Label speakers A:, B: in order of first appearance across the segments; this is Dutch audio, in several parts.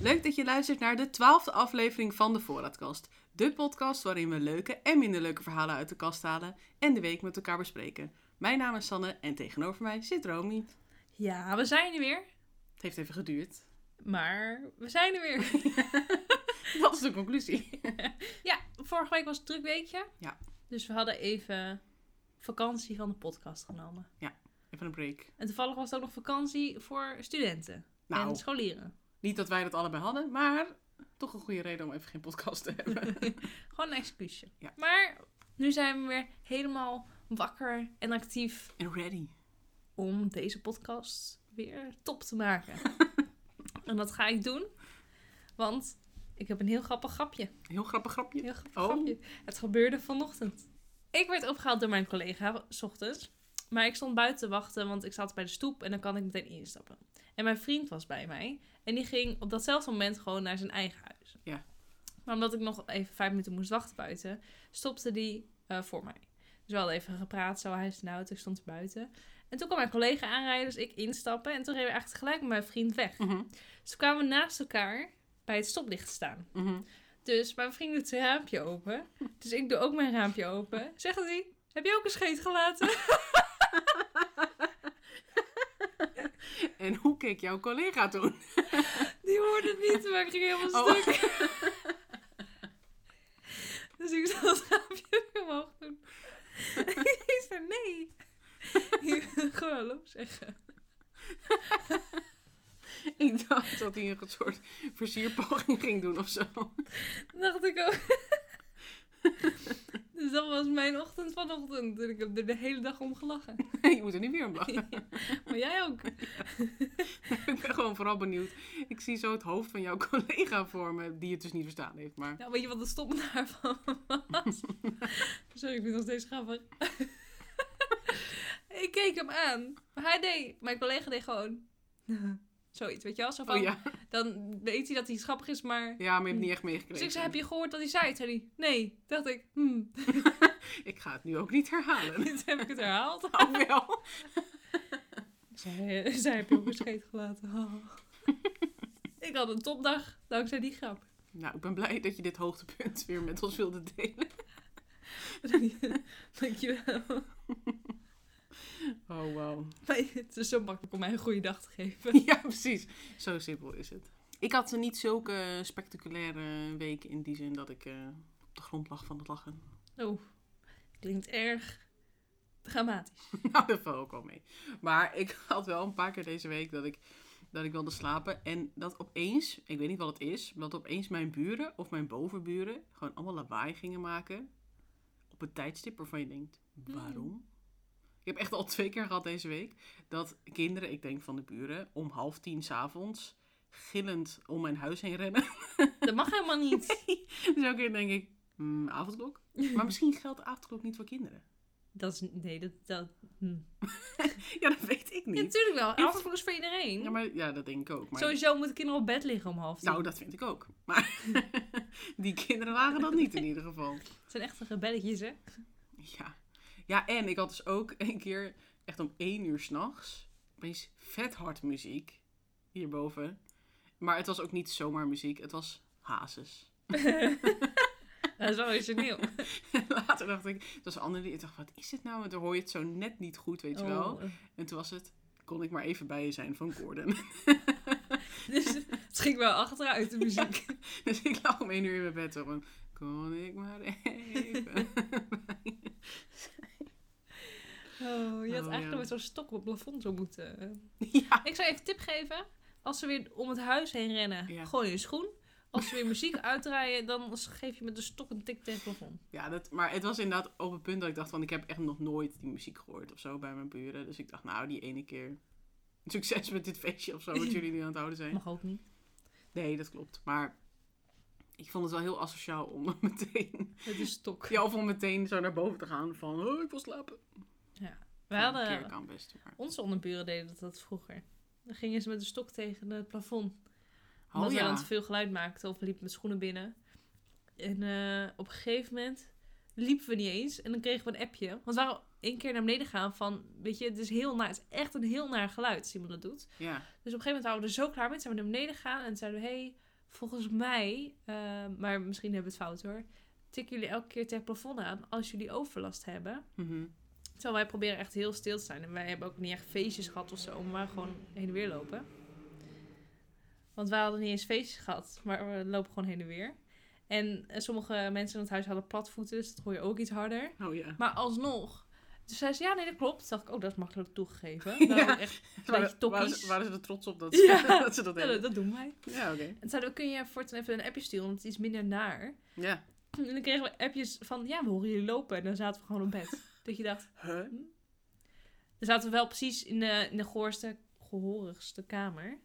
A: Leuk dat je luistert naar de twaalfde aflevering van de Voorraadkast. De podcast waarin we leuke en minder leuke verhalen uit de kast halen en de week met elkaar bespreken. Mijn naam is Sanne en tegenover mij zit Romy.
B: Ja, we zijn er weer.
A: Het heeft even geduurd.
B: Maar we zijn er weer.
A: Dat is de conclusie.
B: ja, vorige week was het een druk weekje.
A: Ja.
B: Dus we hadden even vakantie van de podcast genomen.
A: Even een break.
B: En toevallig was het ook nog vakantie voor studenten en
A: Nou,
B: scholieren.
A: niet dat wij dat allebei hadden, maar toch een goede reden om even geen podcast te hebben.
B: Gewoon een excuusje.
A: Ja.
B: Maar nu zijn we weer helemaal wakker en actief
A: En ready.
B: om deze podcast weer top te maken. en dat ga ik doen, want ik heb een heel grappig grapje.
A: Heel grappig grapje.
B: Heel grappig
A: Oh.
B: grapje. Het gebeurde vanochtend. Ik werd opgehaald door mijn collega, s ochtends. Maar ik stond buiten te wachten, want ik zat bij de stoep en dan kan ik meteen instappen. En mijn vriend was bij mij. En die ging op datzelfde moment gewoon naar zijn eigen huis.
A: Ja.
B: Maar omdat ik nog even vijf minuten moest wachten buiten, stopte die eh, voor mij. Dus we hadden even gepraat, zo hij is in de auto, ik stond buiten. En toen kwam mijn collega aanrijden, dus ik instappen. En toen reden we eigenlijk gelijk met mijn vriend weg.
A: Mhm,
B: Dus we kwamen naast elkaar bij het stoplicht staan.
A: mhm.
B: Dus mijn vriend doet zijn raampje open. Dus ik doe ook mijn raampje open. Zegt hij, heb je ook een scheet gelaten?
A: En hoe keek jouw collega toen?
B: Die hoorde het niet, maar ik ging helemaal
A: Oh.
B: stuk. Dus ik zal het raampje weer omhoog doen. Hij zei, nee. Ik Gewoon hallo zeggen.
A: Ik dacht dat hij een soort versierpoging ging doen of zo.
B: Dat dacht ik ook. Dus dat was mijn ochtend vanochtend. En ik heb er de hele dag om gelachen.
A: Je moet er niet weer om lachen.
B: Maar jij ook.
A: Ik ben gewoon vooral benieuwd. Ik zie zo het hoofd van jouw collega voor me, die het dus niet verstaan heeft. Maar
B: Nou, weet je wat de stom daarvan was? Sorry, ik vind het nog steeds grappig. ik keek hem aan. Maar hij deed, mijn collega deed gewoon... Zoiets, weet je wel? Zo van,
A: oh ja.
B: Dan weet hij dat hij grappig is, maar...
A: ja, maar je hebt het niet echt meegekregen.
B: Dus ik zei, heb je gehoord dat hij zei? het? Zei hij, nee. Dacht ik, hmm,
A: Ik ga het nu ook niet herhalen.
B: dit heb ik het herhaald.
A: Oh wel.
B: Ik zei, eh, zij heb je op een scheet gelaten. Oh. ik had een topdag, dankzij die grap.
A: Nou, ik ben blij dat je dit hoogtepunt weer met ons wilde delen.
B: Dankjewel.
A: Oh wow.
B: Maar het is zo makkelijk om mij een goede dag te geven.
A: Ja, precies. Zo simpel is het. Ik had eh, niet zulke spectaculaire weken in die zin dat ik eh, op de grond lag van het lachen.
B: Oh, klinkt erg dramatisch.
A: Nou, dat valt ook wel mee. Maar ik had wel een paar keer deze week dat ik, dat ik wilde slapen. En dat opeens, ik weet niet wat het is, maar dat opeens mijn buren of mijn bovenburen gewoon allemaal lawaai gingen maken. Op een tijdstip waarvan je denkt, waarom? Ik heb echt al twee keer gehad deze week dat kinderen, ik denk van de buren, om half tien s'avonds gillend om mijn huis heen rennen.
B: Dat mag helemaal niet.
A: dus elke keer denk ik, hmm, avondklok? Maar misschien geldt de avondklok niet voor kinderen.
B: Dat is, nee, dat... dat hm.
A: Ja, dat weet ik
B: Ja,
A: niet.
B: natuurlijk wel.
A: Inf-
B: Avondklok is voor iedereen.
A: Ja, maar, ja dat denk ik ook. Maar
B: Sowieso moeten kinderen op bed liggen om half tien.
A: Nou, dat vind ik ook. Maar die kinderen waren dat niet in ieder geval.
B: Het zijn echte rebelletjes, hè?
A: Ja. ja, en ik had dus ook een keer, echt om één uur s'nachts, opeens vet hard muziek hierboven. Maar het was ook niet zomaar muziek, het was hazes.
B: Dat is wel origineel.
A: Later dacht ik, het was Anne die ik dacht, wat is dit nou? En toen hoor je het zo net niet goed, weet je wel.
B: Oh, eh.
A: En toen was het, kon ik maar even bij je zijn van Gordon.
B: Dus het ging wel achteruit, de muziek.
A: Dus ik lag om één uur in mijn bed zo van, kon ik maar even.
B: Oh, je had
A: Oh,
B: eigenlijk
A: ja.
B: met zo'n stok op het plafond zo moeten... eh.
A: ja,
B: Ik zou even tip geven. Als ze weer om het huis heen rennen,
A: Ja.
B: gooi je schoen. Als ze weer muziek uitdraaien, dan geef je met de stok een tik tegen het plafond.
A: Ja, dat, maar het was inderdaad op het punt dat ik dacht van ik heb echt nog nooit die muziek gehoord of zo bij mijn buren. Dus ik dacht nou die ene keer succes met dit feestje of zo wat jullie nu aan het houden zijn.
B: Mag ook niet.
A: Nee, dat klopt. Maar ik vond het wel heel asociaal om dan meteen,
B: Met de stok.
A: ja, of om meteen zo naar boven te gaan van oh ik wil slapen.
B: We
A: Ja, een
B: hadden,
A: keer kan best. Maar...
B: onze onderburen deden dat, dat vroeger. Dan gingen ze met een stok tegen het plafond.
A: Oh
B: Omdat we
A: ja.
B: dan te veel geluid maakten of we liepen met schoenen binnen. En eh, op een gegeven moment liepen we niet eens. En dan kregen we een appje. Want we waren één keer naar beneden gegaan van... Weet je, het is heel naar. Het is echt een heel naar geluid als iemand dat doet.
A: Ja.
B: Dus op een gegeven moment waren we er zo klaar mee. Zijn we naar beneden gegaan en zeiden we... Hey, Volgens mij, eh, maar misschien hebben we het fout hoor, tikken jullie elke keer ter plafond aan als jullie overlast hebben.
A: Mhm.
B: Terwijl wij proberen echt heel stil te zijn. En wij hebben ook niet echt feestjes gehad of zo, maar gewoon heen en weer lopen. Want wij hadden niet eens feestjes gehad, maar we lopen gewoon heen en weer. En eh, sommige mensen in het huis hadden platvoeten, dus dat gooi je ook iets harder.
A: Oh ja.
B: Maar alsnog. Dus zei ze, ja nee, dat klopt. Toen dacht ik, oh dat is makkelijk toegegeven. Nou,
A: Ja.
B: echt,
A: Waren,
B: toppies.
A: waren, ze, waren ze er trots op dat ze,
B: Ja.
A: dat, ze dat
B: ja, dat,
A: deden?
B: dat doen wij.
A: Ja, oké.
B: En zeiden we, kun je voortaan even een appje sturen, want het is minder naar.
A: Ja.
B: En dan kregen we appjes van, ja, we horen jullie lopen. En dan zaten we gewoon op bed. Dat je dacht,
A: Huh?
B: dan zaten we wel precies in de, in de gehoorste, gehorigste kamer.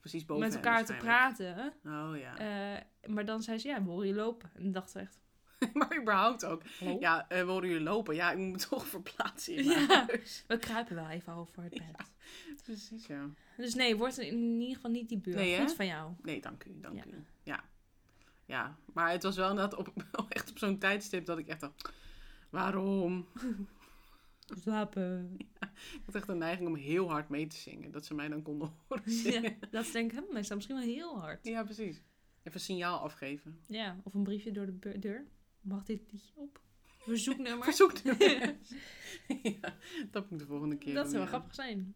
A: Precies boven
B: met
A: hen
B: elkaar te
A: waarschijnlijk.
B: praten.
A: Oh ja.
B: Eh, maar dan zei ze, ja, we horen jullie lopen. En dan dachten we echt,
A: maar überhaupt ook.
B: hallo?
A: Ja, eh, we horen jullie lopen. Ja, ik moet me toch verplaatsen in mijn
B: Ja.
A: huis.
B: We kruipen wel even over het bed.
A: Precies, ja.
B: Dus nee, wordt in ieder geval niet die buur.
A: Nee, hè?
B: Goed van jou.
A: Nee, dank u, dank
B: Ja.
A: u. Ja. ja, maar het was wel inderdaad op, echt op zo'n tijdstip dat ik echt dacht... Waarom?
B: Slapen.
A: Ik had echt een neiging om heel hard mee te zingen. Dat ze mij dan konden horen zingen.
B: Ja,
A: Ja,
B: dat ze denken, hm, hij staat misschien wel heel hard.
A: precies. Even een signaal afgeven.
B: Ja, of een briefje door de bu- deur. Mag dit liedje op? Verzoeknummer.
A: Verzoek ja, dat moet de volgende keer
B: dat
A: doen,
B: zou wel
A: ja.
B: grappig zijn.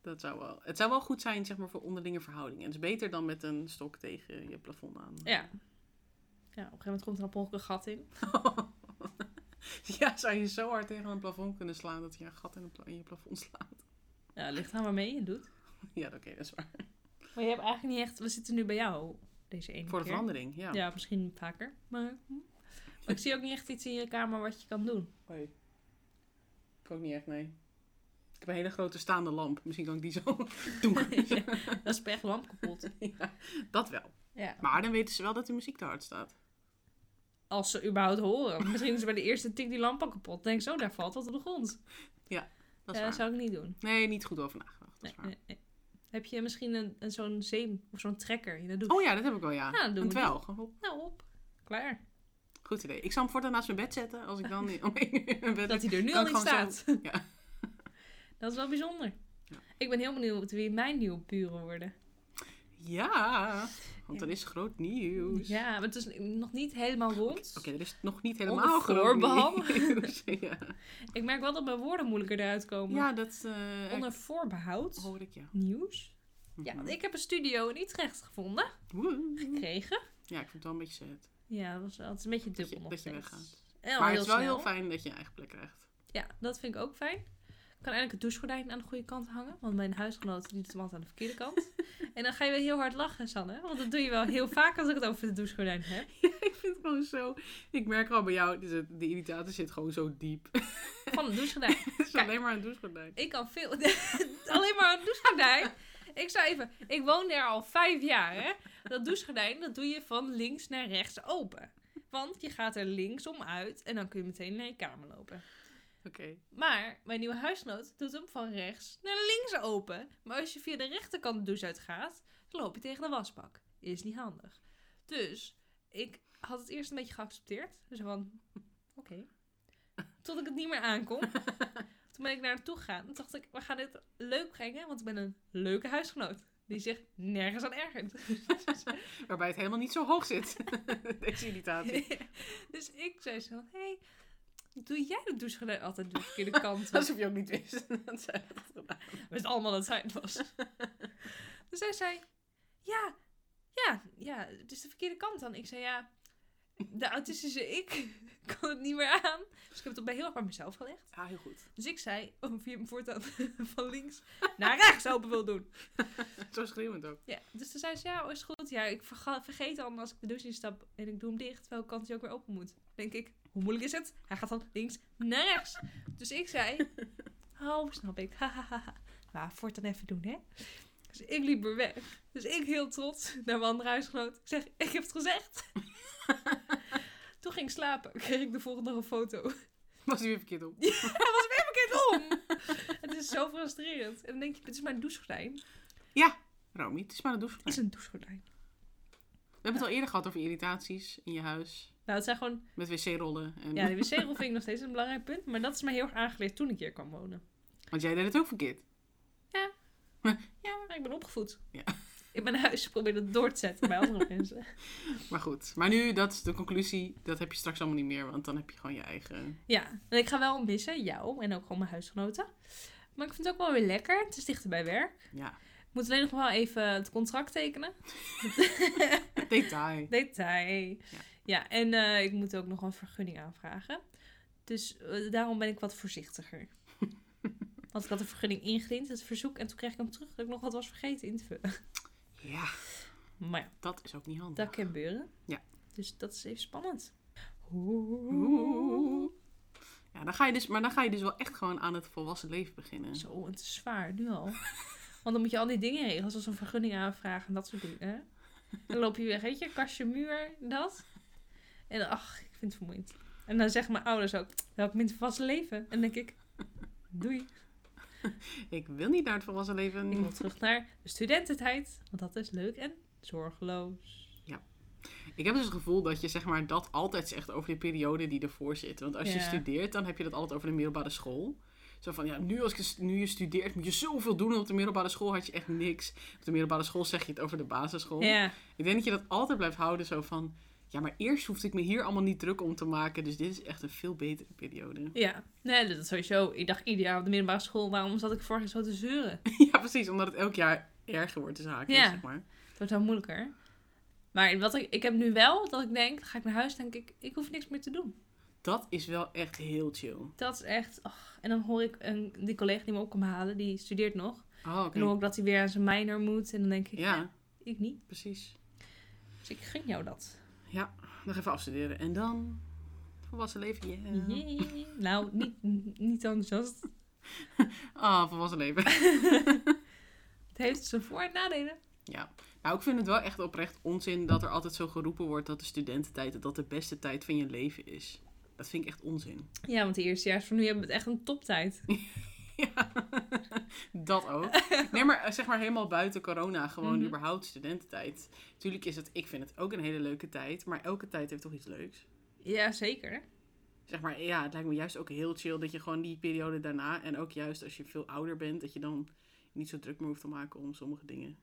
A: Dat zou wel. Het zou wel goed zijn, zeg maar, voor onderlinge verhoudingen. Het is beter dan met een stok tegen je plafond aan.
B: Ja. ja. Op een gegeven moment komt er dan per ongeluk een gat in.
A: ja, zou je zo hard tegen een plafond kunnen slaan dat je een gat in, een pla- in je plafond slaat?
B: Ja, ligt aan waarmee je het doet.
A: Ja, oké, dat is waar.
B: Maar je hebt eigenlijk niet echt... We zitten nu bij jou deze ene
A: Voor de
B: keer.
A: verandering, ja.
B: Ja, misschien vaker. Maar, hm. Maar ik zie ook niet echt iets in je kamer wat je kan doen.
A: Hoi. Ik ook niet echt, nee. Ik heb een hele grote staande lamp. Misschien kan ik die zo doen.
B: Ja, dat is per echt lamp kapot.
A: ja, dat wel.
B: Ja.
A: Maar dan weten ze wel dat de muziek te hard staat.
B: Als ze überhaupt horen. Misschien is bij de eerste tik die lamp al kapot. Denk zo, daar valt wat op de grond.
A: Dat is
B: Ja,
A: waar.
B: dat zou ik niet doen.
A: Nee, niet goed over nagedacht. Dat
B: Nee,
A: is waar.
B: nee, nee. Heb je misschien een, een, zo'n zeem of zo'n trekker? Ja, dat doe ik.
A: Oh ja, dat heb ik wel, ja.
B: Ja, dan doen
A: een
B: we
A: dwel. Gewoon,
B: Nou, op. Klaar.
A: Goed idee. Ik zal hem voortaan naast mijn bed zetten. Als ik dan om één uur in mijn bed
B: Dat hij er nu
A: kan
B: al
A: ik
B: in
A: gewoon
B: staat.
A: ja.
B: Dat is wel bijzonder.
A: Ja.
B: Ik ben heel benieuwd wie mijn nieuwe buren worden.
A: Ja, want er is groot nieuws.
B: Ja, maar het is nog niet helemaal rond.
A: Oké, er is nog niet helemaal
B: Onder voorbehoud.
A: groot nieuws. ja.
B: Ik merk wel dat mijn woorden moeilijker eruit komen.
A: ja, dat eh,
B: Onder voorbehoud.
A: hoor ik, ja. Mhm.
B: Nieuws. Ja,
A: Mm.
B: want ik heb een studio in Utrecht gevonden.
A: Woe.
B: Gekregen.
A: Ja, ik vind het wel een beetje sad.
B: Ja, dat was dat is een beetje
A: Dat je-
B: dubbel nog
A: dat je
B: steeds.
A: weggaat.
B: En al
A: maar het is wel
B: snel.
A: heel fijn dat je een eigen plek krijgt.
B: Ja, dat vind ik ook fijn. Ik kan eigenlijk het douchegordijn aan de goede kant hangen. Want mijn huisgenoot die doet hem altijd aan de verkeerde kant. en dan ga je wel heel hard lachen, Sanne. Want dat doe je wel heel vaak als ik het over het douchegordijn heb.
A: ik vind het gewoon zo... Ik merk al bij jou, de, de irritatie zit gewoon zo diep.
B: Van het douchegordijn.
A: het is alleen maar een douchegordijn.
B: Ik kan veel. Alleen maar een douchegordijn. Ik zou even. Ik woon daar al vijf jaar. Hè? Dat douchegordijn, dat doe je van links naar rechts open. Want je gaat er linksom uit en dan kun je meteen naar je kamer lopen.
A: Oké.
B: Maar mijn nieuwe huisgenoot doet hem van rechts naar links open. Maar als je via de rechterkant de douche uitgaat, dan loop je tegen de wasbak. Is niet handig. Dus ik had het eerst een beetje geaccepteerd. Dus van, oké. Tot ik het niet meer aankom. Toen ben ik naar naartoe gegaan. Toen dacht ik, we gaan dit leuk brengen, want ik ben een leuke huisgenoot. Die zich nergens aan ergert.
A: Waarbij het helemaal niet zo hoog zit. Deze irritatie.
B: dus ik zei zo, hé, hey, doe jij de douchegordijn altijd de verkeerde kant op?
A: Alsof je ook niet wist. dat zij dat gedaan.
B: wist allemaal dat zij het was. dus zij zei, ja, ja, ja, het is de verkeerde kant dan. Ik zei, ja, de autistische ik kan het niet meer aan. Dus ik heb het ook bij heel erg bij mezelf gelegd.
A: Ah, heel goed.
B: Dus ik zei, of je hem voortaan van links naar rechts open wil doen.
A: Zo schreeuwend ook.
B: Ja, dus toen zei ze, ja, oh, is goed. Ja, ik verga- vergeet al als ik de douche instap en ik doe hem dicht, welke kant hij ook weer open moet. Denk ik, hoe moeilijk is het? Hij gaat dan links naar rechts. Dus ik zei, oh, snap ik. Hahaha. Maar voor het dan even doen, hè? Dus ik liep er weg. Dus ik heel trots naar mijn andere huisgenoot. Ik zeg, ik heb het gezegd. Toen ging ik slapen, kreeg ik de volgende dag een foto.
A: Was hij weer verkeerd op.
B: Hij was weer verkeerd om. het is zo frustrerend. En dan denk je, dit is mijn douchegordijn.
A: Romy, het is maar een
B: Het is
A: douchegordijn.
B: een douchegordijn.
A: We hebben het al eerder gehad over irritaties in je huis.
B: Nou, het zijn gewoon
A: Met wc-rollen. En...
B: Ja, de wc-rol vind ik nog steeds een belangrijk punt. Maar dat is mij heel erg aangeleerd toen ik hier kwam wonen.
A: Want jij deed het ook verkeerd.
B: Ja, Nou, ik ben opgevoed.
A: Ja.
B: in mijn huis probeer dat door te zetten bij andere mensen.
A: Maar goed. Maar nu, dat is de conclusie. Dat heb je straks allemaal niet meer, want dan heb je gewoon je eigen.
B: Ja, en ik ga wel missen, jou en ook gewoon mijn huisgenoten. Maar ik vind het ook wel weer lekker. Het is dichter bij werk.
A: Ja,
B: Ik moet alleen nog wel even het contract tekenen.
A: detail.
B: Detail.
A: Ja.
B: Ja, en eh, ik moet ook nog een vergunning aanvragen. Dus eh, daarom ben ik wat voorzichtiger. Want ik had de vergunning ingediend, het verzoek, en toen kreeg ik hem terug dat ik nog wat was vergeten in te vullen.
A: Ja,
B: Maar ja,
A: dat is ook niet handig.
B: dat kan gebeuren.
A: Ja.
B: Dus dat is even spannend.
A: Oeh. Ja, dan ga je dus, maar dan ga je dus wel echt gewoon aan het volwassen leven beginnen.
B: Zo, het is zwaar, nu al. Want dan moet je al die dingen regelen, zoals een vergunning aanvragen en dat soort dingen. Dan loop je weg, weet je, kastje muur, dat. En dan, ach, ik vind het vermoeiend. En dan zeggen mijn ouders ook, dat ik minder vast leven. En dan denk ik, doei.
A: Ik wil niet naar het volwassen leven.
B: Ik wil terug naar de studententijd, want dat is leuk en zorgeloos.
A: Ik heb dus het gevoel dat je zeg maar, dat altijd zegt over de periode die ervoor zit. Want als je
B: Ja.
A: studeert, dan heb je dat altijd over de middelbare school. Zo van, ja, nu, als ik, nu je studeert moet je zoveel doen. En op de middelbare school had je echt niks. Op de middelbare school zeg je het over de basisschool.
B: Ja,
A: Ik denk dat je dat altijd blijft houden. Zo van, ja, maar eerst hoefde ik me hier allemaal niet druk om te maken. Dus dit is echt een veel betere periode.
B: ja. Nee, dat is sowieso. Ik dacht ieder jaar op de middelbare school, waarom zat ik vorig jaar zo te zeuren?
A: ja, precies. Omdat het elk jaar erger wordt, de zaak.
B: Ja.
A: Zeg maar.
B: Het wordt wel moeilijker. Maar wat ik, ik heb nu wel dat ik denk, dan ga ik naar huis, denk ik, ik hoef niks meer te doen.
A: Dat is wel echt heel chill.
B: Dat is echt. ach. En dan hoor ik een, die collega die me op kwam halen, die studeert nog.
A: Oh, oké.
B: Dan hoor ik dat hij weer aan zijn minor moet. En dan denk ik,
A: Ja,
B: ik niet.
A: precies.
B: Dus ik gun jou dat.
A: Nog even afstuderen. En dan, volwassen leven. yeah.
B: Jee. Nou, niet, niet enthousiast.
A: Ah, volwassen leven.
B: Het heeft zijn voor- en nadelen.
A: Ja. Nou, ik vind het wel echt oprecht onzin dat er altijd zo geroepen wordt dat de studententijd dat dat de beste tijd van je leven is. Dat vind ik echt onzin.
B: Ja, want de eerstejaars van nu hebben het echt een toptijd.
A: Ja, dat ook. Nee, maar eh, zeg maar helemaal buiten corona, gewoon
B: Mhm. tijd
A: überhaupt studententijd. Tuurlijk is het, ik vind het ook een hele leuke tijd, maar elke tijd heeft toch iets leuks.
B: Ja, zeker.
A: Zeg maar, ja, het lijkt me juist ook heel chill dat je gewoon die periode daarna en ook juist als je veel ouder bent, dat je dan niet zo druk meer hoeft te maken om sommige dingen.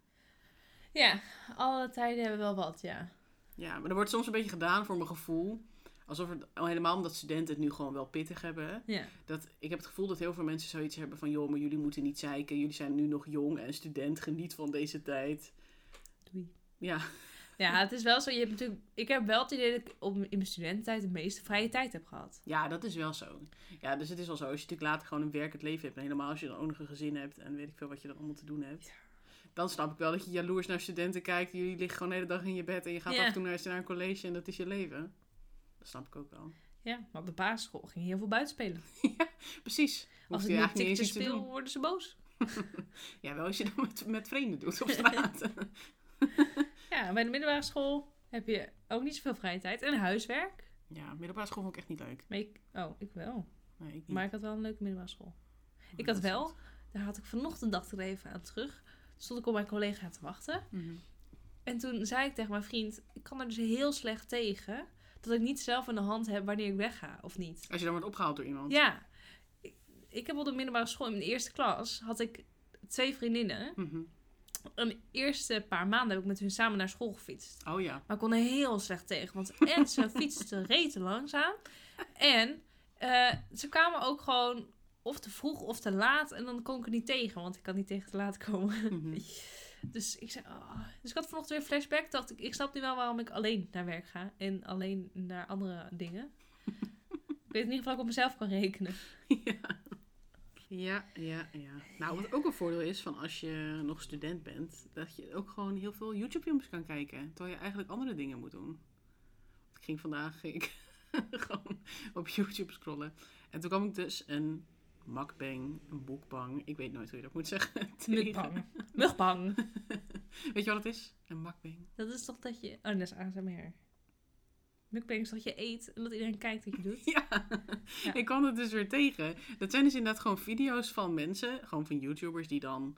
B: Ja, alle tijden hebben wel wat, ja.
A: Ja, maar er wordt soms een beetje gedaan voor mijn gevoel. Alsof het, al helemaal omdat studenten het nu gewoon wel pittig hebben. hè.
B: Ja,
A: Dat, ik heb het gevoel dat heel veel mensen zoiets hebben van... joh, maar jullie moeten niet zeiken. Jullie zijn nu nog jong en student. Geniet van deze tijd.
B: doei.
A: Ja,
B: Ja, het is wel zo. Je hebt natuurlijk, ik heb wel het idee dat ik op, in mijn studententijd de meeste vrije tijd heb gehad.
A: ja, dat is wel zo. Ja, dus het is wel zo. Als je natuurlijk later gewoon een werkend leven hebt... en helemaal als je dan ook nog een gezin hebt... en weet ik veel wat je dan allemaal te doen hebt... dan snap ik wel dat je jaloers naar studenten kijkt. Jullie liggen gewoon de hele dag in je bed... en je gaat
B: Ja.
A: af en toe naar, naar een college en dat is je leven. Dat snap ik ook wel.
B: Ja, maar op de basisschool ging je heel veel buitenspelen.
A: Precies.
B: Als
A: Hoeft je
B: ik nu een
A: eigenlijk niet eens
B: tikje
A: iets te doen.
B: speel, worden ze boos.
A: Ja, wel als je dat met, met vreemden doet op straat.
B: Ja, bij de middelbare school heb je ook niet zoveel vrije tijd. En huiswerk.
A: ja, middelbare school vond ik echt niet leuk.
B: Maar ik, oh, ik wel.
A: Nee, ik niet.
B: Maar ik had wel een leuke middelbare school. ik
A: Oh, Dat
B: had
A: is
B: wel,
A: het.
B: daar had ik vanochtend dacht ik er even aan terug. Toen stond ik op mijn collega te wachten.
A: Mhm.
B: En toen zei ik tegen mijn vriend, ik kan er dus heel slecht tegen dat ik niet zelf in de hand heb wanneer ik wegga of niet.
A: Als je dan wordt opgehaald door iemand.
B: Ja, ik, ik heb op de middelbare school in de eerste klas had ik twee vriendinnen.
A: Mhm.
B: En de eerste paar maanden heb ik met hun samen naar school gefietst.
A: Oh ja.
B: Maar ik kon er heel slecht tegen. Want en ze fietsten reten langzaam. En eh, ze kwamen ook gewoon of te vroeg of te laat. En dan kon ik er niet tegen. Want ik kan niet tegen te laat komen.
A: Mhm.
B: Dus ik zei... "Ah." Dus ik had vanochtend weer flashback. Dacht ik, ik snap nu wel waarom ik alleen naar werk ga. En alleen naar andere dingen. ik weet in ieder geval dat ik op mezelf kan rekenen.
A: ja. Ja, ja, ja. Nou, wat ook een voordeel is van als je nog student bent, dat je ook gewoon heel veel YouTube-films kan kijken. Terwijl je eigenlijk andere dingen moet doen. Ik ging vandaag ging ik gewoon op YouTube scrollen. En toen kwam ik dus een mukbang, een boekbang, ik weet nooit hoe je dat moet zeggen. tegen.
B: Mukbang. Mukbang.
A: Weet je wat het is? Een mukbang.
B: Dat is toch dat je... Oh, dat is ASMR. Mukbang is dat je eet en dat iedereen kijkt wat je doet.
A: Ja. ik kwam het dus weer tegen. Dat zijn dus inderdaad gewoon video's van mensen, gewoon van YouTubers die dan.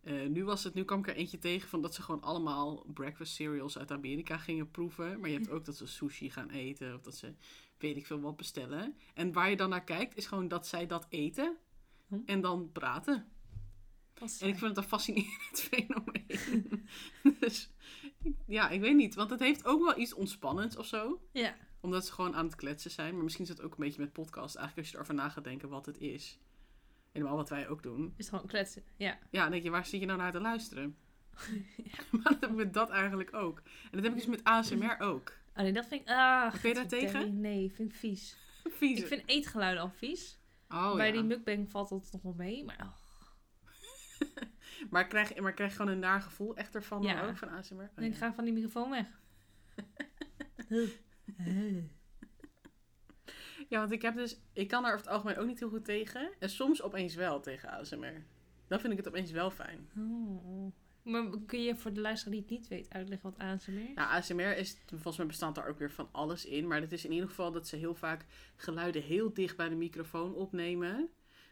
A: eh, nu was het, nu kwam ik er eentje tegen van dat ze gewoon allemaal breakfast cereals uit Amerika gingen proeven. Maar je hebt ook dat ze sushi gaan eten of dat ze weet ik veel wat bestellen. En waar je dan naar kijkt is gewoon dat zij dat eten
B: Hm.
A: en dan praten.
B: Wat is
A: En ik
B: het?
A: vind het een fascinerend fenomeen. dus ik- ja, ik weet niet. Want het heeft ook wel iets ontspannends of zo.
B: Ja.
A: Omdat ze gewoon aan het kletsen zijn. Maar misschien is het ook een beetje met podcast. Eigenlijk als je erover na gaat denken wat het is. Helemaal wat wij ook doen.
B: Is gewoon kletsen. Ja.
A: Ja, dan denk je, waar zit je nou naar te luisteren? maar dat heb ik met dat eigenlijk ook. En dat heb ik dus met ASMR ook.
B: Alleen dat vind ik... Ah,
A: Ben je daar
B: godverdorie,
A: tegen?
B: Nee, vind ik vies.
A: Vies.
B: Ik vind eetgeluiden al vies.
A: oh,
B: Bij
A: ja.
B: die mukbang valt dat nog wel mee. Maar oh,
A: Maar ik krijg, maar ik krijg gewoon een naar gevoel echt ervan dan
B: Ja.
A: ook, van ASMR. Oh,
B: dan denk ik,
A: ja.
B: ga van die microfoon weg. Huh. Huh.
A: Ja, want ik heb dus... Ik kan daar over het algemeen ook niet heel goed tegen. En soms opeens wel tegen ASMR. Dan vind ik het opeens wel fijn.
B: Oh. Maar kun je voor de luisteraar die het niet weet uitleggen wat ASMR is?
A: Nou, ASMR is... Volgens mij bestaat daar ook weer van alles in. Maar het is in ieder geval dat ze heel vaak geluiden heel dicht bij de microfoon opnemen.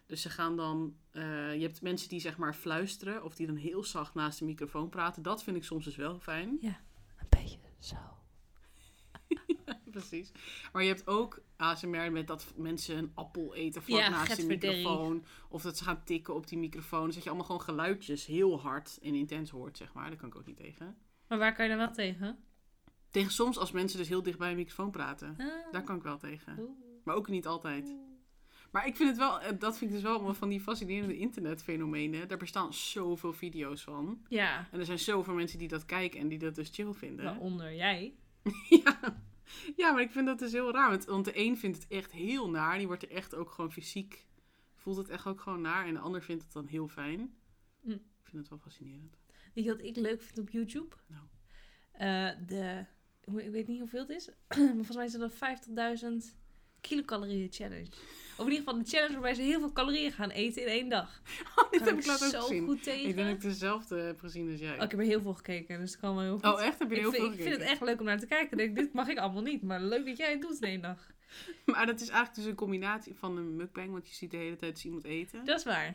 A: Dus ze gaan dan... eh, je hebt mensen die zeg maar fluisteren. Of die dan heel zacht naast de microfoon praten. Dat vind ik soms dus wel fijn.
B: Een beetje zo.
A: Precies. Maar je hebt ook ASMR met dat mensen een appel eten vlak
B: Ja,
A: naast de
B: getverderrie.
A: microfoon. Of dat ze gaan tikken op die microfoon. Dus dat je allemaal gewoon geluidjes heel hard en intens hoort, zeg maar. Daar kan ik ook niet tegen.
B: Maar waar kan je dan wel tegen?
A: Tegen soms als mensen dus heel dicht bij een microfoon praten.
B: Ah.
A: Daar kan ik wel tegen.
B: Oeh.
A: Maar ook niet altijd. Maar ik vind het wel, eh, dat vind ik dus wel allemaal van die fascinerende internetfenomenen. Daar bestaan zoveel video's van.
B: Ja,
A: En er zijn zoveel mensen die dat kijken en die dat dus chill vinden.
B: waaronder jij.
A: Ja. ja, maar ik vind dat dus heel raar. Want, want de een vindt het echt heel naar. Die wordt er echt ook gewoon fysiek... Voelt het echt ook gewoon naar. En de ander vindt het dan heel fijn.
B: Mm.
A: Ik vind het wel fascinerend.
B: Weet je wat ik leuk vind op YouTube?
A: Nou.
B: Eh, de, hoe- ik weet niet hoeveel het is, maar volgens mij is het een 50.000 kilocalorieën challenge. Of in ieder geval de challenge waarbij ze heel veel calorieën gaan eten in één dag.
A: Oh, dit
B: Kan
A: heb ik laatst
B: zo
A: ook gezien.
B: goed tegen.
A: Ik denk dat ik dezelfde heb gezien als jij.
B: Oh, ik heb er heel veel gekeken, dus het kan wel heel goed.
A: Oh, echt? Heb je er
B: ik,
A: heel
B: vind,
A: veel
B: ik vind het
A: gekeken?
B: echt leuk om naar te kijken. Ik denk, dit mag ik allemaal niet, maar leuk dat jij het doet in één dag.
A: Maar dat is eigenlijk dus een combinatie van een mukbang. Want je ziet de hele tijd dus iemand eten.
B: Dat is waar.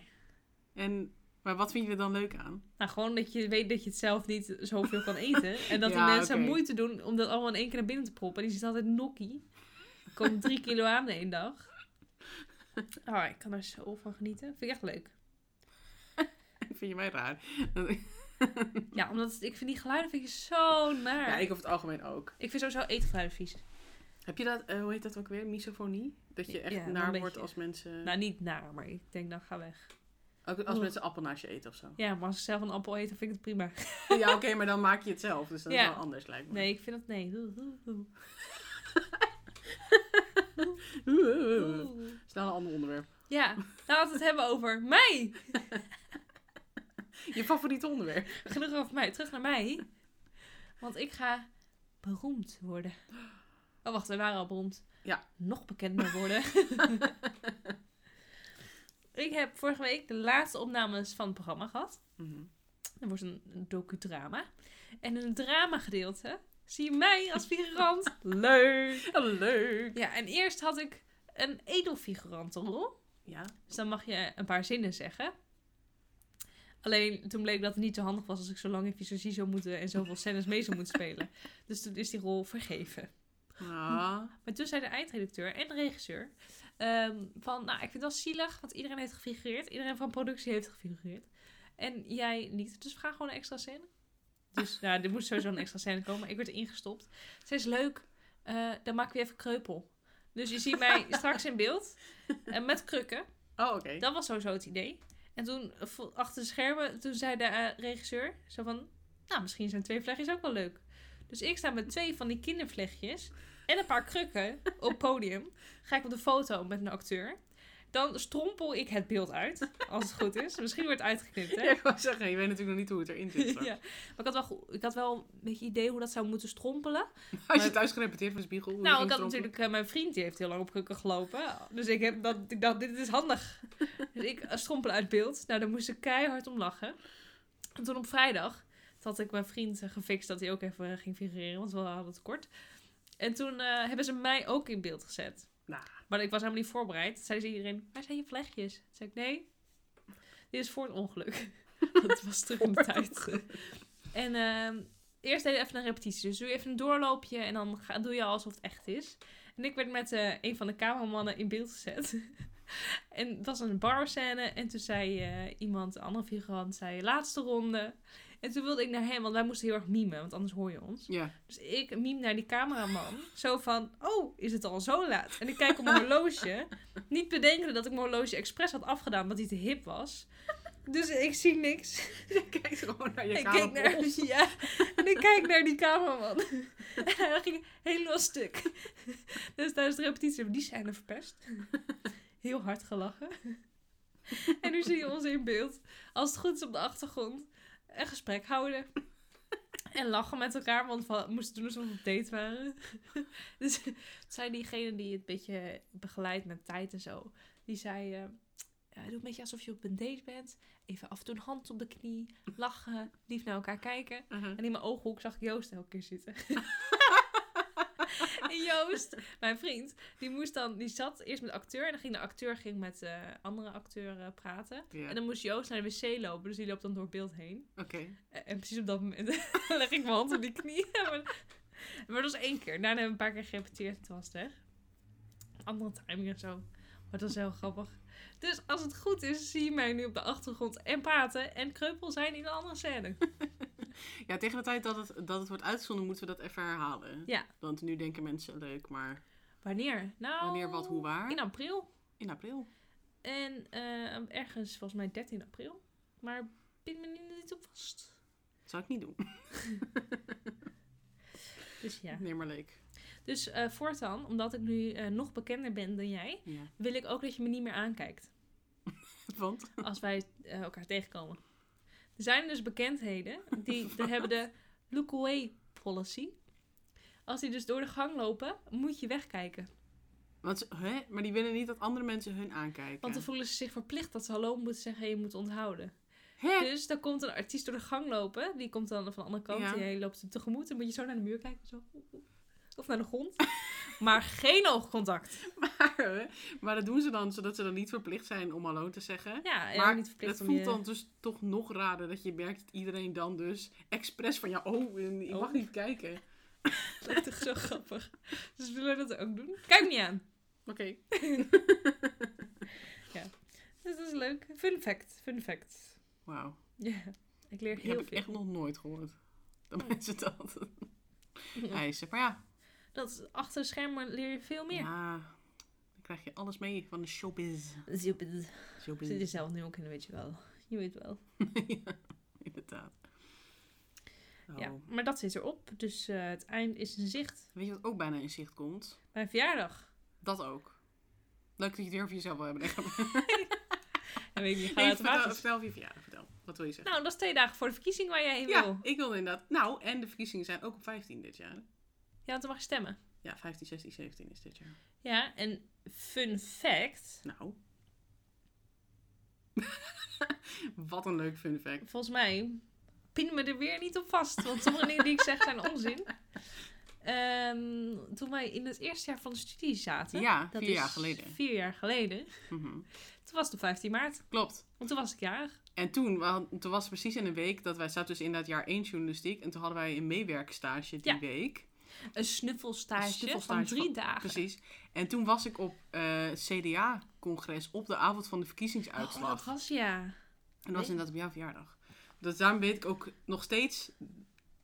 A: En, maar wat vind je er dan leuk aan?
B: Nou, gewoon dat je weet dat je het zelf niet zoveel kan eten. En dat
A: Ja,
B: die mensen
A: oké.
B: moeite doen om dat allemaal in één keer naar binnen te proppen. En die zit altijd nokkie. Er Komt drie kilo aan in één dag. Oh, ik kan er zo van genieten. Vind ik echt leuk.
A: vind je mij raar?
B: Ja, omdat het- ik vind die geluiden vind ik zo naar.
A: Ja,
B: ik...
A: ik over het algemeen ook.
B: vind sowieso eetgeluiden vies.
A: Heb je dat, eh, hoe heet dat ook weer? Misofonie? Dat je echt
B: Ja, wel
A: naar
B: een
A: wordt
B: beetje.
A: als mensen...
B: Nou, niet naar, maar ik denk dan ga weg.
A: Ook als
B: Oeh.
A: mensen appel naast je eten of zo.
B: Ja, maar als ik zelf een appel eet, dan vind ik het prima.
A: Ja, oké, maar dan maak je het zelf. Dus dat is
B: Ja.
A: wel anders, lijkt me.
B: Nee, ik vind dat nee. Oeh, oeh, oeh. Oeh.
A: Snel een ander onderwerp.
B: Ja, laten we het hebben over mij.
A: Je favoriete onderwerp.
B: Genoeg over mij. Terug naar mij. Want ik ga beroemd worden. Oh, wacht. We waren al beroemd.
A: Ja.
B: Nog bekender worden. ik heb vorige week de laatste opnames van het programma gehad.
A: Mhm.
B: Er wordt een een docudrama. En in het drama gedeelte zie je mij als figurant. Leuk.
A: Leuk.
B: Ja, en eerst had ik een edelfigurantenrol.
A: Ja.
B: Dus dan mag je een paar zinnen zeggen. Alleen toen bleek dat het niet zo handig was als ik zo lang in visagie zou moeten en zoveel scènes mee zou moeten spelen. Dus toen is die rol vergeven. Hm.
A: Ah.
B: Maar toen zei de eindredacteur en de regisseur ehm, van, nou ik vind dat zielig, want iedereen heeft gefigureerd. Iedereen van productie heeft gefigureerd. En jij niet, dus vraag gewoon een extra scène. Dus nou, er moest sowieso een extra scène komen. Ik werd ingestopt. Ze is leuk, Eh, dan maak ik weer even kreupel. Dus je ziet mij straks in beeld eh, met krukken.
A: Oh, oké.
B: Dat was sowieso het idee. En toen, eh, vo- achter de schermen, toen zei de eh, regisseur zo van... Nou, misschien zijn twee vlechtjes ook wel leuk. Dus ik sta met twee van die kindervlechtjes en een paar krukken op het podium. Ga ik op de foto met een acteur. Dan strompel ik het beeld uit, als het goed is. Misschien wordt het uitgeknipt, hè?
A: Ja, ik wou zeggen, je weet natuurlijk nog niet hoe het erin zit. straks.
B: Ja. Maar ik had, wel, go- ik had wel een beetje idee hoe dat zou moeten strompelen.
A: Als je
B: Maar-
A: thuis gerepeteerd voor de spiegel. hoe
B: Nou,
A: je
B: ik had
A: ging strompelen.
B: natuurlijk, eh, mijn vriend die heeft heel lang op krukken gelopen. Dus ik, heb dat, ik dacht, dit is handig. Dus ik eh, strompel uit beeld. Nou, daar moest ik keihard om lachen. En toen op vrijdag, toen had ik mijn vriend eh, gefixt dat hij ook even eh, ging figureren, want we hadden het kort. En toen eh, hebben ze mij ook in beeld gezet.
A: Nou.
B: Maar ik was helemaal niet voorbereid. Toen zei ze iedereen, waar zijn je vlechtjes? Toen zei ik, nee, dit is voor het ongeluk. Dat was terug in de tijd. En ehm, eerst deed je even een repetitie. Dus doe je even een doorloopje en dan ga, doe je alsof het echt is. En ik werd met eh, een van de cameramannen in beeld gezet. En het was een barscène. En toen zei eh, iemand, een andere figurant, zei laatste ronde. En toen wilde ik naar hem, want wij moesten heel erg mimen, want anders hoor je ons.
A: Ja.
B: Dus ik miem naar die cameraman. Zo van, oh, is het al zo laat? En ik kijk op mijn horloge. Niet bedenken dat ik mijn horloge expres had afgedaan, omdat hij te hip was. Dus ik zie niks
A: Je kijkt gewoon naar je
B: ik keek
A: kamer.
B: naar, ja, en ik kijk naar die cameraman. en hij ging helemaal stuk. dus tijdens de repetitie, die zijn er verpest. Heel hard gelachen. en nu zie je ons in beeld, als het goed is op de achtergrond, een gesprek houden. En lachen met elkaar, want we moesten doen alsof we op date waren. dus toen zei diegene die het beetje begeleidt met tijd en zo. Die zei, eh, ja, doe een beetje alsof je op een date bent. Even af en toe een hand op de knie lachen, lief naar elkaar kijken.
A: Uh-huh.
B: En in mijn ooghoek zag ik Joost elke keer zitten. en Joost, mijn vriend, die, moest dan, die zat eerst met de acteur. En dan ging de acteur ging met eh andere acteur eh, praten.
A: Ja.
B: En dan moest Joost naar de wc lopen. Dus die loopt dan door beeld heen.
A: Oké.
B: En, en precies op dat moment leg ik mijn hand op die knie. maar, maar dat was één keer. Daarna hebben we een paar keer gerepeteerd. en Toen was het weg. Andere timing en zo. Maar dat was heel grappig. Dus als het goed is, zie je mij nu op de achtergrond en praten en kreupel zijn in een andere scène.
A: Ja, tegen de tijd dat het, dat het wordt uitgezonden, moeten we dat even herhalen.
B: Ja.
A: Want nu denken mensen leuk, maar
B: Wanneer? Nou,
A: wanneer, wat, hoe, waar?
B: In april.
A: In april.
B: En eh, ergens, volgens mij 13 april. Maar pin me niet- niet op vast.
A: Dat zou ik niet doen.
B: Dus ja.
A: Nee, maar leuk.
B: Dus eh, voortaan, omdat ik nu eh, nog bekender ben dan jij,
A: Ja.
B: wil ik ook dat je me niet meer aankijkt.
A: Want,
B: als wij eh, elkaar tegenkomen. Er zijn dus bekendheden die de, hebben de look away policy. Als die dus door de gang lopen, moet je wegkijken.
A: want ze- hè? Maar die willen niet dat andere mensen hun
B: Want dan
A: aankijken.
B: voelen ze zich verplicht dat ze hallo moeten zeggen en je moet onthouden.
A: Hè?
B: Dus dan komt een artiest door de gang lopen. Die komt dan van de andere kant.
A: Ja.
B: Die loopt hem tegemoet. Dan moet je zo naar de muur kijken. Zo. Of naar de grond. Maar geen oogcontact.
A: Maar, hè? maar dat doen ze dan, zodat ze dan niet verplicht zijn om hallo te zeggen.
B: Ja, en
A: maar
B: ook niet verplicht
A: het
B: om
A: voelt
B: je...
A: dan dus toch nog raarder dat je merkt dat iedereen dan dus expres van ja, oh, en ik mag
B: Oh.
A: niet kijken. Oké.
B: Dat is toch zo grappig. Dus willen we dat ook doen? Kijk niet aan. Dus dat is leuk. Fun fact. Fun fact.
A: Wauw.
B: Ja, ik leer
A: Die heb
B: heel
A: ik
B: veel.
A: echt nog nooit gehoord. Dat
B: Oh.
A: mensen dat eisen. Maar ja,
B: Dat is- achter de schermen leer je veel meer.
A: ja, dan krijg je alles mee van de showbiz.
B: Zit
A: Showbiz.
B: je zelf nu ook in, weet je wel. Je weet wel.
A: ja, inderdaad. Oh.
B: Ja, maar dat zit erop. Dus eh, het eind is in zicht.
A: Weet je wat ook bijna in zicht komt?
B: Mijn verjaardag.
A: Dat ook. Leuk dat je het weer over jezelf wil hebben. Nee,
B: En weet je, niet,
A: vertel,
B: ga uit
A: vertel,
B: de water.
A: vertel over je verjaardag. Vertel. Wat wil je zeggen?
B: Nou, dat is twee dagen voor de verkiezing waar jij heen wil.
A: ja, ik wilde inderdaad. Nou, en de verkiezingen zijn ook op 15 dit jaar.
B: Ja, want dan mag je stemmen.
A: Ja, 15, 16, 17 is dit jaar.
B: Ja, en fun fact.
A: Nou. Wat een leuk fun fact.
B: Volgens mij pin me er weer niet op vast. Want sommige dingen die ik zeg zijn onzin. Ehm, toen wij in het eerste jaar van de studie zaten.
A: Ja,
B: dat
A: vier
B: is
A: jaar geleden.
B: Vier jaar geleden.
A: Mhm.
B: Toen was het op 15 maart.
A: Klopt.
B: Want toen was ik jarig.
A: En toen, we hadden- toen was het precies in een week dat wij zaten dus in dat jaar 1 journalistiek. En toen hadden wij een meewerkstage die
B: Ja.
A: week.
B: Een snuffelstage,
A: Een snuffelstage
B: van drie dagen.
A: Precies. En toen was ik op eh, het CDA-congres op de avond van de
B: Oh, dat
A: verkiezingsuitslag.
B: was ja.
A: en dat was inderdaad op jouw verjaardag. Dus daarom weet ik ook nog steeds...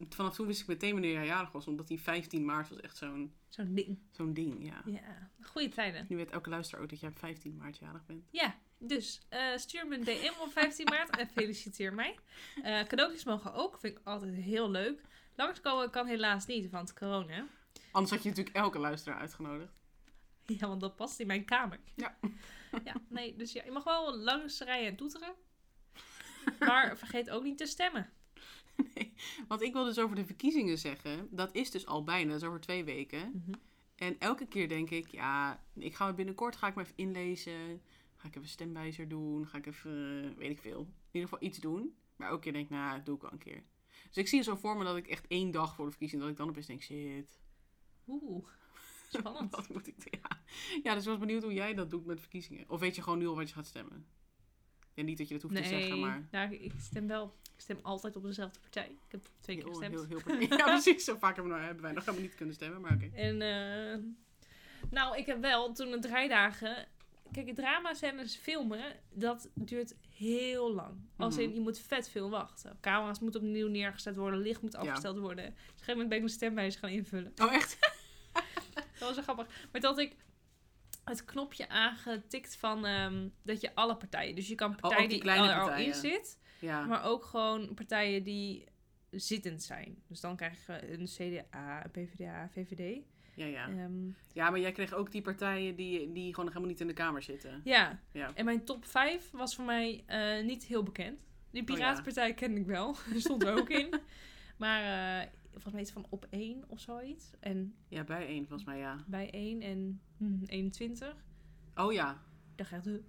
A: Vanaf toen wist ik meteen wanneer jij jarig was. Omdat die 15 maart was echt zo'n
B: Zo'n ding.
A: zo'n ding, ja.
B: Ja, goede tijden.
A: Nu weet elke luisteraar ook dat jij op 15 maart jarig bent.
B: Ja, dus eh, stuur me een DM op 15 maart en feliciteer mij. Eh cadeautjes mogen ook, vind ik altijd heel leuk. Langskomen kan helaas niet, want corona.
A: Anders had je natuurlijk elke luisteraar uitgenodigd.
B: Ja, want dat past in mijn kamer.
A: Ja.
B: Ja, nee, dus ja, je mag wel langs rijden en toeteren. Maar vergeet ook niet te stemmen.
A: Want ik wil dus over de verkiezingen zeggen. Dat is dus al bijna, dat is over twee weken. En elke keer denk ik, ja, ik ga me binnenkort ga ik me even inlezen. Ga ik even stemwijzer doen. Ga ik even, eh, weet ik veel. In ieder geval iets doen. Maar elke keer denk ik, nou, dat doe ik al een keer. Dus ik zie zo voor me dat ik echt één dag voor de verkiezing, dat ik dan opeens denk, shit,
B: Oeh, spannend.
A: wat moet ik doen? Ja. ja, dus ik was benieuwd hoe jij dat doet met verkiezingen. Of weet je gewoon nu al wat je gaat stemmen? Ja, niet dat je dat hoeft te zeggen, maar...
B: nou, ik stem wel. Ik stem altijd op dezelfde partij. Ik heb twee keer
A: Heel,
B: gestemd.
A: heel, heel, ja, precies. Zo vaak hebben we- hebben wij nog helemaal niet kunnen stemmen, maar oké.
B: En eh, nou, ik heb wel toen de draaidagen. Kijk, drama-scènes filmen, dat duurt heel lang. Als
A: Mhm.
B: in, je moet vet veel wachten. Camera's moeten opnieuw neergezet worden, licht moet afgesteld worden. Dus op een gegeven moment ben ik mijn stemwijzer gaan invullen.
A: Oh, echt?
B: Dat was wel grappig. Maar dat had ik het knopje aangetikt van ehm, dat je alle partijen... Dus je kan partijen
A: Oh, ook die
B: die,
A: kleine
B: er al
A: partijen.
B: in zit,
A: Ja.
B: maar ook gewoon partijen die zittend zijn. Dus dan krijg je een CDA, een PvdA, VVD.
A: ja, ja.
B: Ehm,
A: ja, maar jij kreeg ook die partijen die, die gewoon nog helemaal niet in de Kamer zitten.
B: Ja.
A: Ja.
B: En mijn top 5 was voor mij eh, niet heel bekend. Die
A: Oh, ja.
B: Piratenpartij ken ik wel. Die stond er ook in. Maar eh volgens mij is het van op 1 of zoiets. En
A: Ja, bij één volgens mij, ja.
B: bij 1 en hm, 21.
A: Oh ja.
B: Dan ga je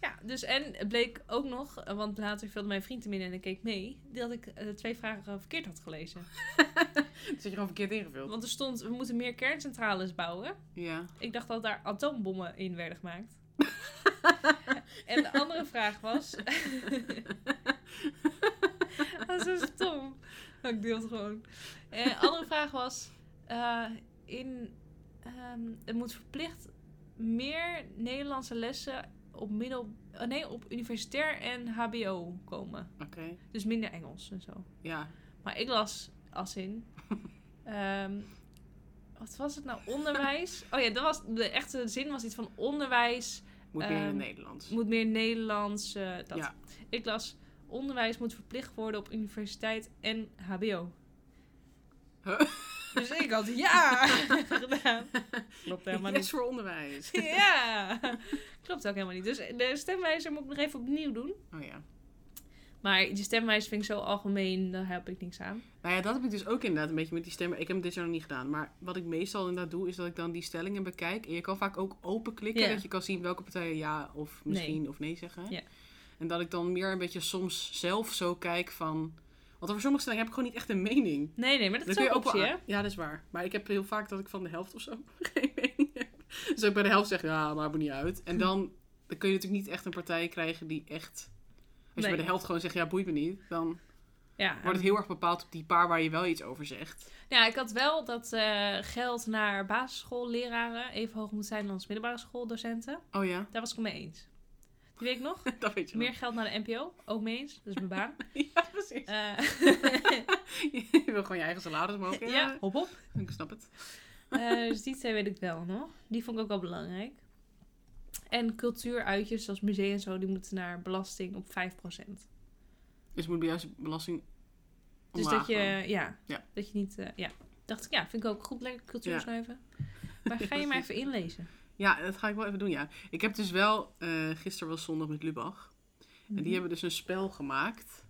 B: Ja, dus en het bleek ook nog, eh, want later vulde mijn vriend hem in en ik keek mee, dat ik eh, twee vragen eh, verkeerd had gelezen.
A: Dat zit je gewoon verkeerd ingevuld.
B: Want er stond, we moeten meer kerncentrales bouwen.
A: Ja.
B: Ik dacht dat daar atoombommen in werden gemaakt. en de andere vraag was. dat is zo stom. Oh, Ik deel het gewoon. En de andere vraag was. eh, in, ehm, het moet verplicht meer Nederlandse lessen op, middel, eh, nee, op universitair en HBO komen.
A: Oké.
B: Dus minder Engels en zo.
A: Ja.
B: Maar ik las als in. ehm, wat was het nou? Onderwijs. Oh ja, dat was, de echte zin was iets van onderwijs
A: Moet meer in het
B: Ehm,
A: Nederlands.
B: moet meer Nederlands. eh, dat.
A: Ja.
B: Ik las onderwijs moet verplicht worden op universiteit en HBO.
A: Huh?
B: Dus ik had ja gedaan. Klopt helemaal
A: Yes
B: niet.
A: voor onderwijs.
B: Ja, klopt ook helemaal niet. Dus de stemwijzer moet ik nog even opnieuw doen.
A: Oh ja.
B: Maar die stemwijzer vind ik zo algemeen, daar heb ik niks aan.
A: Nou ja, dat heb ik dus ook inderdaad een beetje met die stemmen. Ik heb hem dit jaar nog niet gedaan. Maar wat ik meestal inderdaad doe, is dat ik dan die stellingen bekijk. En je kan vaak ook openklikken,
B: Ja.
A: dat je kan zien welke partijen ja of misschien of nee zeggen.
B: Ja.
A: En dat ik dan meer een beetje soms zelf zo kijk van... Want over sommige stellingen heb ik gewoon niet echt een mening.
B: Nee, nee, maar dat
A: Dan
B: is
A: kun
B: ook
A: je ook
B: optie,
A: wel
B: hè?
A: aan- Ja, dat is waar. Maar ik heb heel vaak dat ik van de helft of zo geen mening heb. Dus ik bij de helft zeg, ja, maakt me niet uit. En dan, dan kun je natuurlijk niet echt een partij krijgen die echt... Als je
B: Nee.
A: bij de helft gewoon zegt, ja, boeit me niet. Dan
B: Ja,
A: wordt het heel erg bepaald op die paar waar je wel iets over zegt.
B: Nou, ik had wel dat eh, geld naar basisschoolleraren even hoog moet zijn dan als middelbare schooldocenten.
A: Oh ja,
B: Daar was ik het mee eens. Die weet ik nog.
A: dat weet je
B: Meer geld naar de NPO, ook mee eens. Dat is mijn baan.
A: nog. Ja, precies.
B: Eh,
A: je wil gewoon je eigen salaris omhoog. Ja,
B: ja, hop hop.
A: ik snap het.
B: Eh, dus die twee weet ik wel nog. Die vond ik ook wel belangrijk. En cultuuruitjes zoals musea en zo, die moeten naar belasting op 5%.
A: Dus moet bij jou zijn belasting
B: Dus
A: omlaag
B: dat je, ja,
A: Ja.
B: dat je niet, eh, ja. Dacht ik, ja, vind ik ook goed, lekker cultuur
A: Ja.
B: snuiven. Maar
A: Ja,
B: ga je maar
A: precies.
B: even inlezen.
A: Ja, dat ga ik wel even doen, ja. Ik heb dus wel... eh gisteren was zondag met Lubach. En
B: Mhm.
A: die hebben dus een spel gemaakt.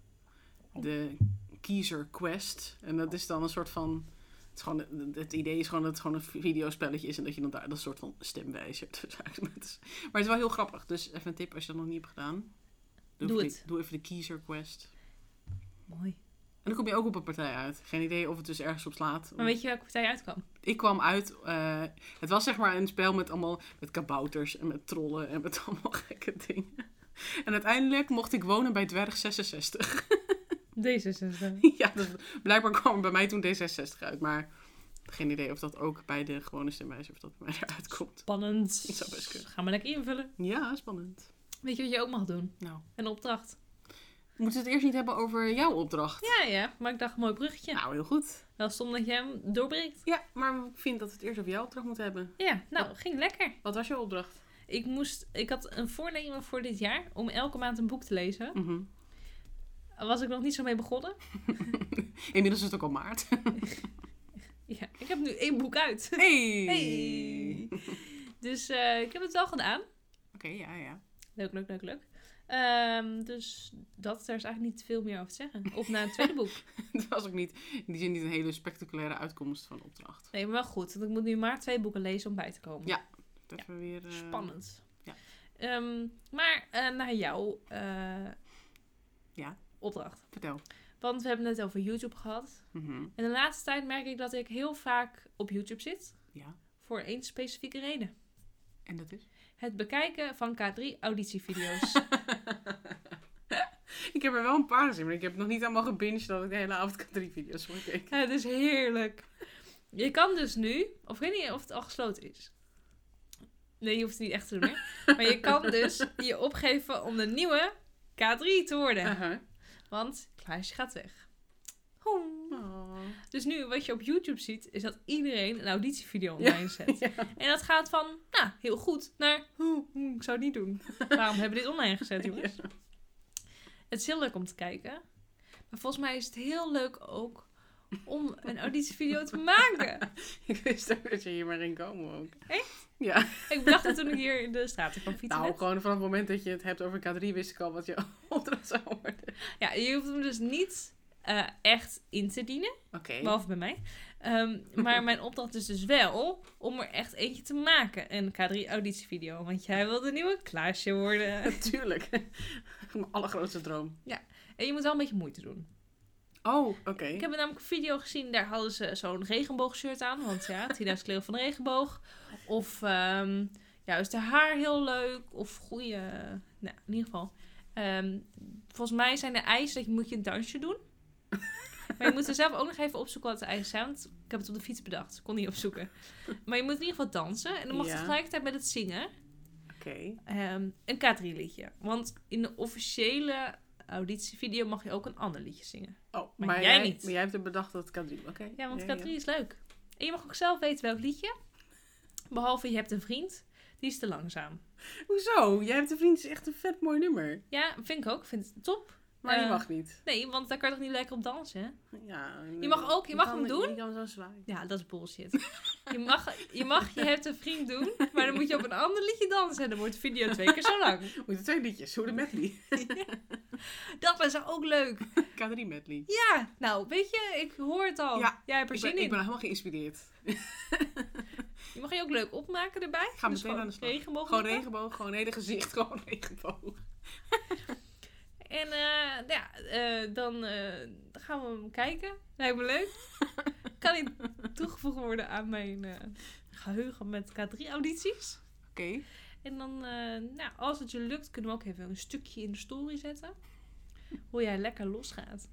B: Oh.
A: De Kiezer Quest. En dat is dan een soort van... Het, is gewoon, het idee is gewoon dat het gewoon een videospelletje is. En dat je dan daar dat soort van stemwijzert. Dus eigenlijk, het is- maar het is wel heel grappig. Dus even een tip als je dat nog niet hebt gedaan.
B: Doe
A: even
B: het.
A: die- doe even de Kiezer Quest.
B: Mooi.
A: En dan kom je ook op een partij uit. Geen idee of het dus ergens op slaat.
B: Maar weet je welke partij uitkwam?
A: Ik kwam uit... eh, het was zeg maar een spel met allemaal... Met kabouters en met trollen en met allemaal gekke dingen. En uiteindelijk mocht ik wonen bij Dwerg 66.
B: D66.
A: Ja, dus blijkbaar kwam er bij mij toen D66 uit. Maar geen idee of dat ook bij de gewone stemwijzer of dat bij mij eruit komt.
B: Spannend.
A: Dat zou best kunnen.
B: Ga maar lekker invullen.
A: Ja, spannend.
B: Weet je wat je ook mag doen?
A: Nou,
B: Een opdracht.
A: moeten we het eerst niet hebben over jouw opdracht?
B: Ja, ja. Maar ik dacht, mooi bruggetje.
A: Nou, heel goed.
B: Wel stom dat jij hem doorbreekt.
A: Ja, maar ik vind dat we het eerst over jouw opdracht moeten hebben.
B: Ja, nou, ging lekker.
A: Wat was jouw opdracht?
B: Ik, moest, ik had een voornemen voor dit jaar om elke maand een boek te lezen.
A: Mhm.
B: Was ik nog niet zo mee begonnen.
A: Inmiddels is het ook al maart.
B: Ja, ik heb nu één boek uit.
A: Hey!
B: Hey.
A: Oké,
B: Dus eh, ik heb het wel gedaan.
A: ja, ja.
B: Leuk, leuk, leuk, leuk. Ehm, dus dat, daar is eigenlijk niet veel meer over te zeggen. Op naar het tweede boek.
A: Het was ook niet, in die zin niet een hele spectaculaire uitkomst van de opdracht.
B: Nee, maar wel goed. Want ik moet nu maar twee boeken lezen om bij te komen.
A: Ja. Even weer... eh,
B: Spannend.
A: ja.
B: Ehm, maar eh, naar jouw eh,
A: Ja.
B: opdracht.
A: Vertel.
B: Want we hebben het net over YouTube gehad.
A: Mhm.
B: En de laatste tijd merk ik dat ik heel vaak op YouTube zit.
A: Ja.
B: Voor één specifieke reden.
A: En dat is?
B: Het bekijken van K3 auditievideo's.
A: Ik heb er wel een paar gezien, maar ik heb nog niet allemaal gebinged dat ik de hele avond drie video's van keek.
B: het is heerlijk. Je kan dus nu, of ik weet niet of het al gesloten is. Nee, je hoeft het niet echt te doen. Hè? Maar je kan dus je opgeven om de nieuwe K3 te worden.
A: Uh-huh.
B: Want Klaasje gaat weg. Hoem.
A: Oh.
B: Dus nu, wat je op YouTube ziet, is dat iedereen een auditievideo online zet.
A: Ja.
B: En dat gaat van, nou, heel goed, naar, hoe, hoe, ik zou het niet doen. Waarom hebben we dit online gezet, jongens? Het is heel leuk om te kijken. Maar volgens mij is het heel leuk ook om een auditievideo te maken.
A: Ik wist ook dat je hier maar in komen ook.
B: Echt?
A: Ja.
B: Ik bedacht het toen ik hier in de straten kwam fietsen.
A: Nou,
B: net.
A: gewoon vanaf het moment dat je het hebt over K3 wist ik al wat je opdracht zou worden.
B: Ja, je hoeft hem dus niet eh, echt in te dienen.
A: Oké.
B: Behalve bij mij. Ehm, maar mijn opdracht is dus wel om er echt eentje te maken. Een K3 auditievideo. Want jij wil de nieuwe Klaasje worden.
A: Natuurlijk. Mijn allergrootste droom.
B: En je moet wel een beetje moeite doen.
A: Oh, oké.
B: Ik heb namelijk een video gezien. Daar hadden ze zo'n regenboogshirt aan. Want ja, Tina is kleur van de regenboog. Of ehm juist haar haar heel leuk. Of goede... Nou, in ieder geval. Ehm, volgens mij zijn de eisen dat je moet je een dansje doen. Maar je moet er zelf ook nog even opzoeken wat de eisen zijn. Want ik heb het op de fiets bedacht. Ik kon niet opzoeken. Maar je moet in ieder geval dansen. En dan mag je
A: Ja.
B: tegelijkertijd met het zingen
A: Oké.
B: ehm, een K3-liedje. Want in de officiële auditievideo mag je ook een ander liedje zingen.
A: Oh,
B: Maar jij niet.
A: Maar jij hebt het bedacht dat K3. Oké.
B: Ja, want K3 is leuk. En je mag ook zelf weten welk liedje. Behalve je hebt een vriend. Die is te langzaam.
A: Hoezo? Jij hebt een vriend, is echt een vet mooi nummer.
B: Ja, vind ik ook. Vind het top.
A: Maar die
B: Eh,
A: mag niet.
B: Nee, want daar kan je toch niet lekker op dansen, hè?
A: Ja,
B: je mag ook- je mag hem doen.
A: Je kan zo zwaaien.
B: Ja, dat is bullshit. Je mag, je mag je hebt een vriend doen, maar dan moet je op een ander liedje dansen. En dan wordt de video twee keer zo lang.
A: Moet er twee liedjes. Hoe de medley.
B: Dat was ook leuk.
A: K3 medley.
B: Ja, nou, weet je, ik hoor het al.
A: Ja,
B: Jij hebt er
A: Ik ben,
B: zin
A: ik
B: in.
A: ben helemaal geïnspireerd.
B: Je mag je ook leuk opmaken erbij. Dus
A: Ga meteen
B: gewoon
A: aan de slag.
B: regenboog
A: Gewoon
B: maken.
A: regenboog, gewoon hele gezicht, gewoon regenboog.
B: En eh, nou ja, eh, dan eh, dan gaan we hem kijken. Lijkt me leuk. kan niet toegevoegd worden aan mijn eh, geheugen met K3-audities.
A: Oké.
B: En dan, eh, nou, als het je lukt, kunnen we ook even een stukje in de story zetten. Hoe jij lekker losgaat.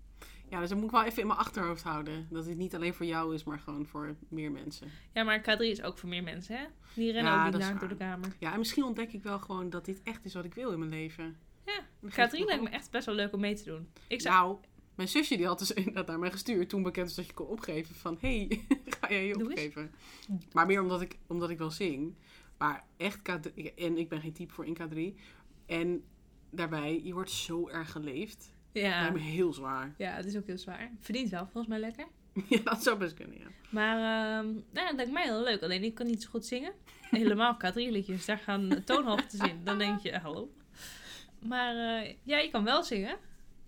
A: Ja, dus dat moet ik wel even in mijn achterhoofd houden. Dat het niet alleen voor jou is, maar gewoon voor meer mensen.
B: Ja, maar K3 is ook voor meer mensen, hè? Die rennen
A: Ja,
B: ook niet
A: dat is
B: naar door de
A: waar.
B: kamer.
A: Ja, en misschien ontdek ik wel gewoon dat dit echt is wat ik wil in mijn leven.
B: Ja,
A: Dan geef
B: K3
A: ik me
B: lijkt me
A: op.
B: echt best wel leuk om mee te doen. Ik zou...
A: Nou, mijn zusje die had dus inderdaad naar mij gestuurd toen bekend was dat je kon opgeven. Van, hey, ga jij je
B: Doe eens.
A: opgeven? Maar meer omdat ik, omdat ik wel zing. Maar echt K3, en ik ben geen type voor in K3. En daarbij, je wordt zo erg geleefd.
B: Ja.
A: Lijkt me heel zwaar.
B: ja, het is ook heel zwaar. Verdient wel, volgens mij lekker.
A: Ja, dat zou best kunnen, ja.
B: Maar ehm nou, dat lijkt mij heel leuk. Alleen ik kan niet zo goed zingen. Helemaal K3-liedjes. Daar gaan toonhoogtes in. Dan denk je, hallo. Maar eh, ja, je kan wel zingen.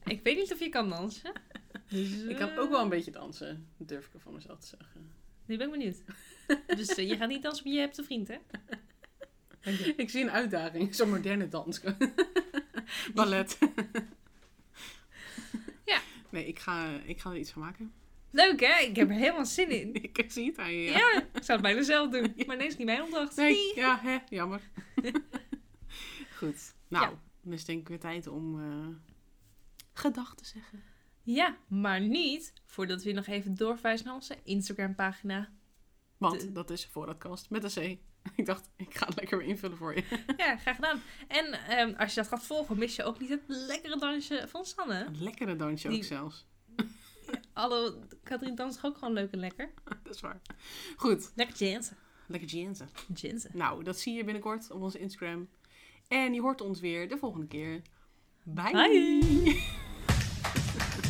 B: Ik weet niet of je kan dansen. Dus,
A: Ik kan
B: eh,
A: ook wel een beetje dansen, durf ik er van mezelf te zeggen.
B: Nu ben ik benieuwd. Dus eh, je gaat niet dansen, maar je hebt een vriend, hè? Oké.
A: Ik zie een uitdaging, zo'n moderne dans. Ballet.
B: Ja.
A: Nee, ik ga, ik ga er iets van maken.
B: Leuk, hè? Ik heb er helemaal zin in.
A: Ik zie het aan je.
B: Ja, ik zou het bijna zelf doen. Maar nee, is niet mijn opdracht.
A: Nee, ja, hè, jammer. Goed. Nou,
B: Ja.
A: dan is denk ik weer tijd om eh gedag te zeggen.
B: Ja, maar niet voordat we nog even doorwijzen naar onze Instagram-pagina.
A: Want
B: De-
A: dat is voorraadkast met een C. Ik dacht, ik ga het lekker weer invullen voor je.
B: Ja, graag gedaan. En ehm, als je dat gaat volgen, mis je ook niet het lekkere dansje van Sanne.
A: Een lekkere dansje
B: Die-
A: ook zelfs.
B: Hallo, Katrien danst toch ook gewoon leuk en lekker.
A: Dat is waar. Goed,
B: Lekker jansen.
A: lekker jeansen.
B: Jansen.
A: Nou, dat zie je binnenkort op onze Instagram. En je hoort ons weer de volgende keer. Bye.
B: Bye.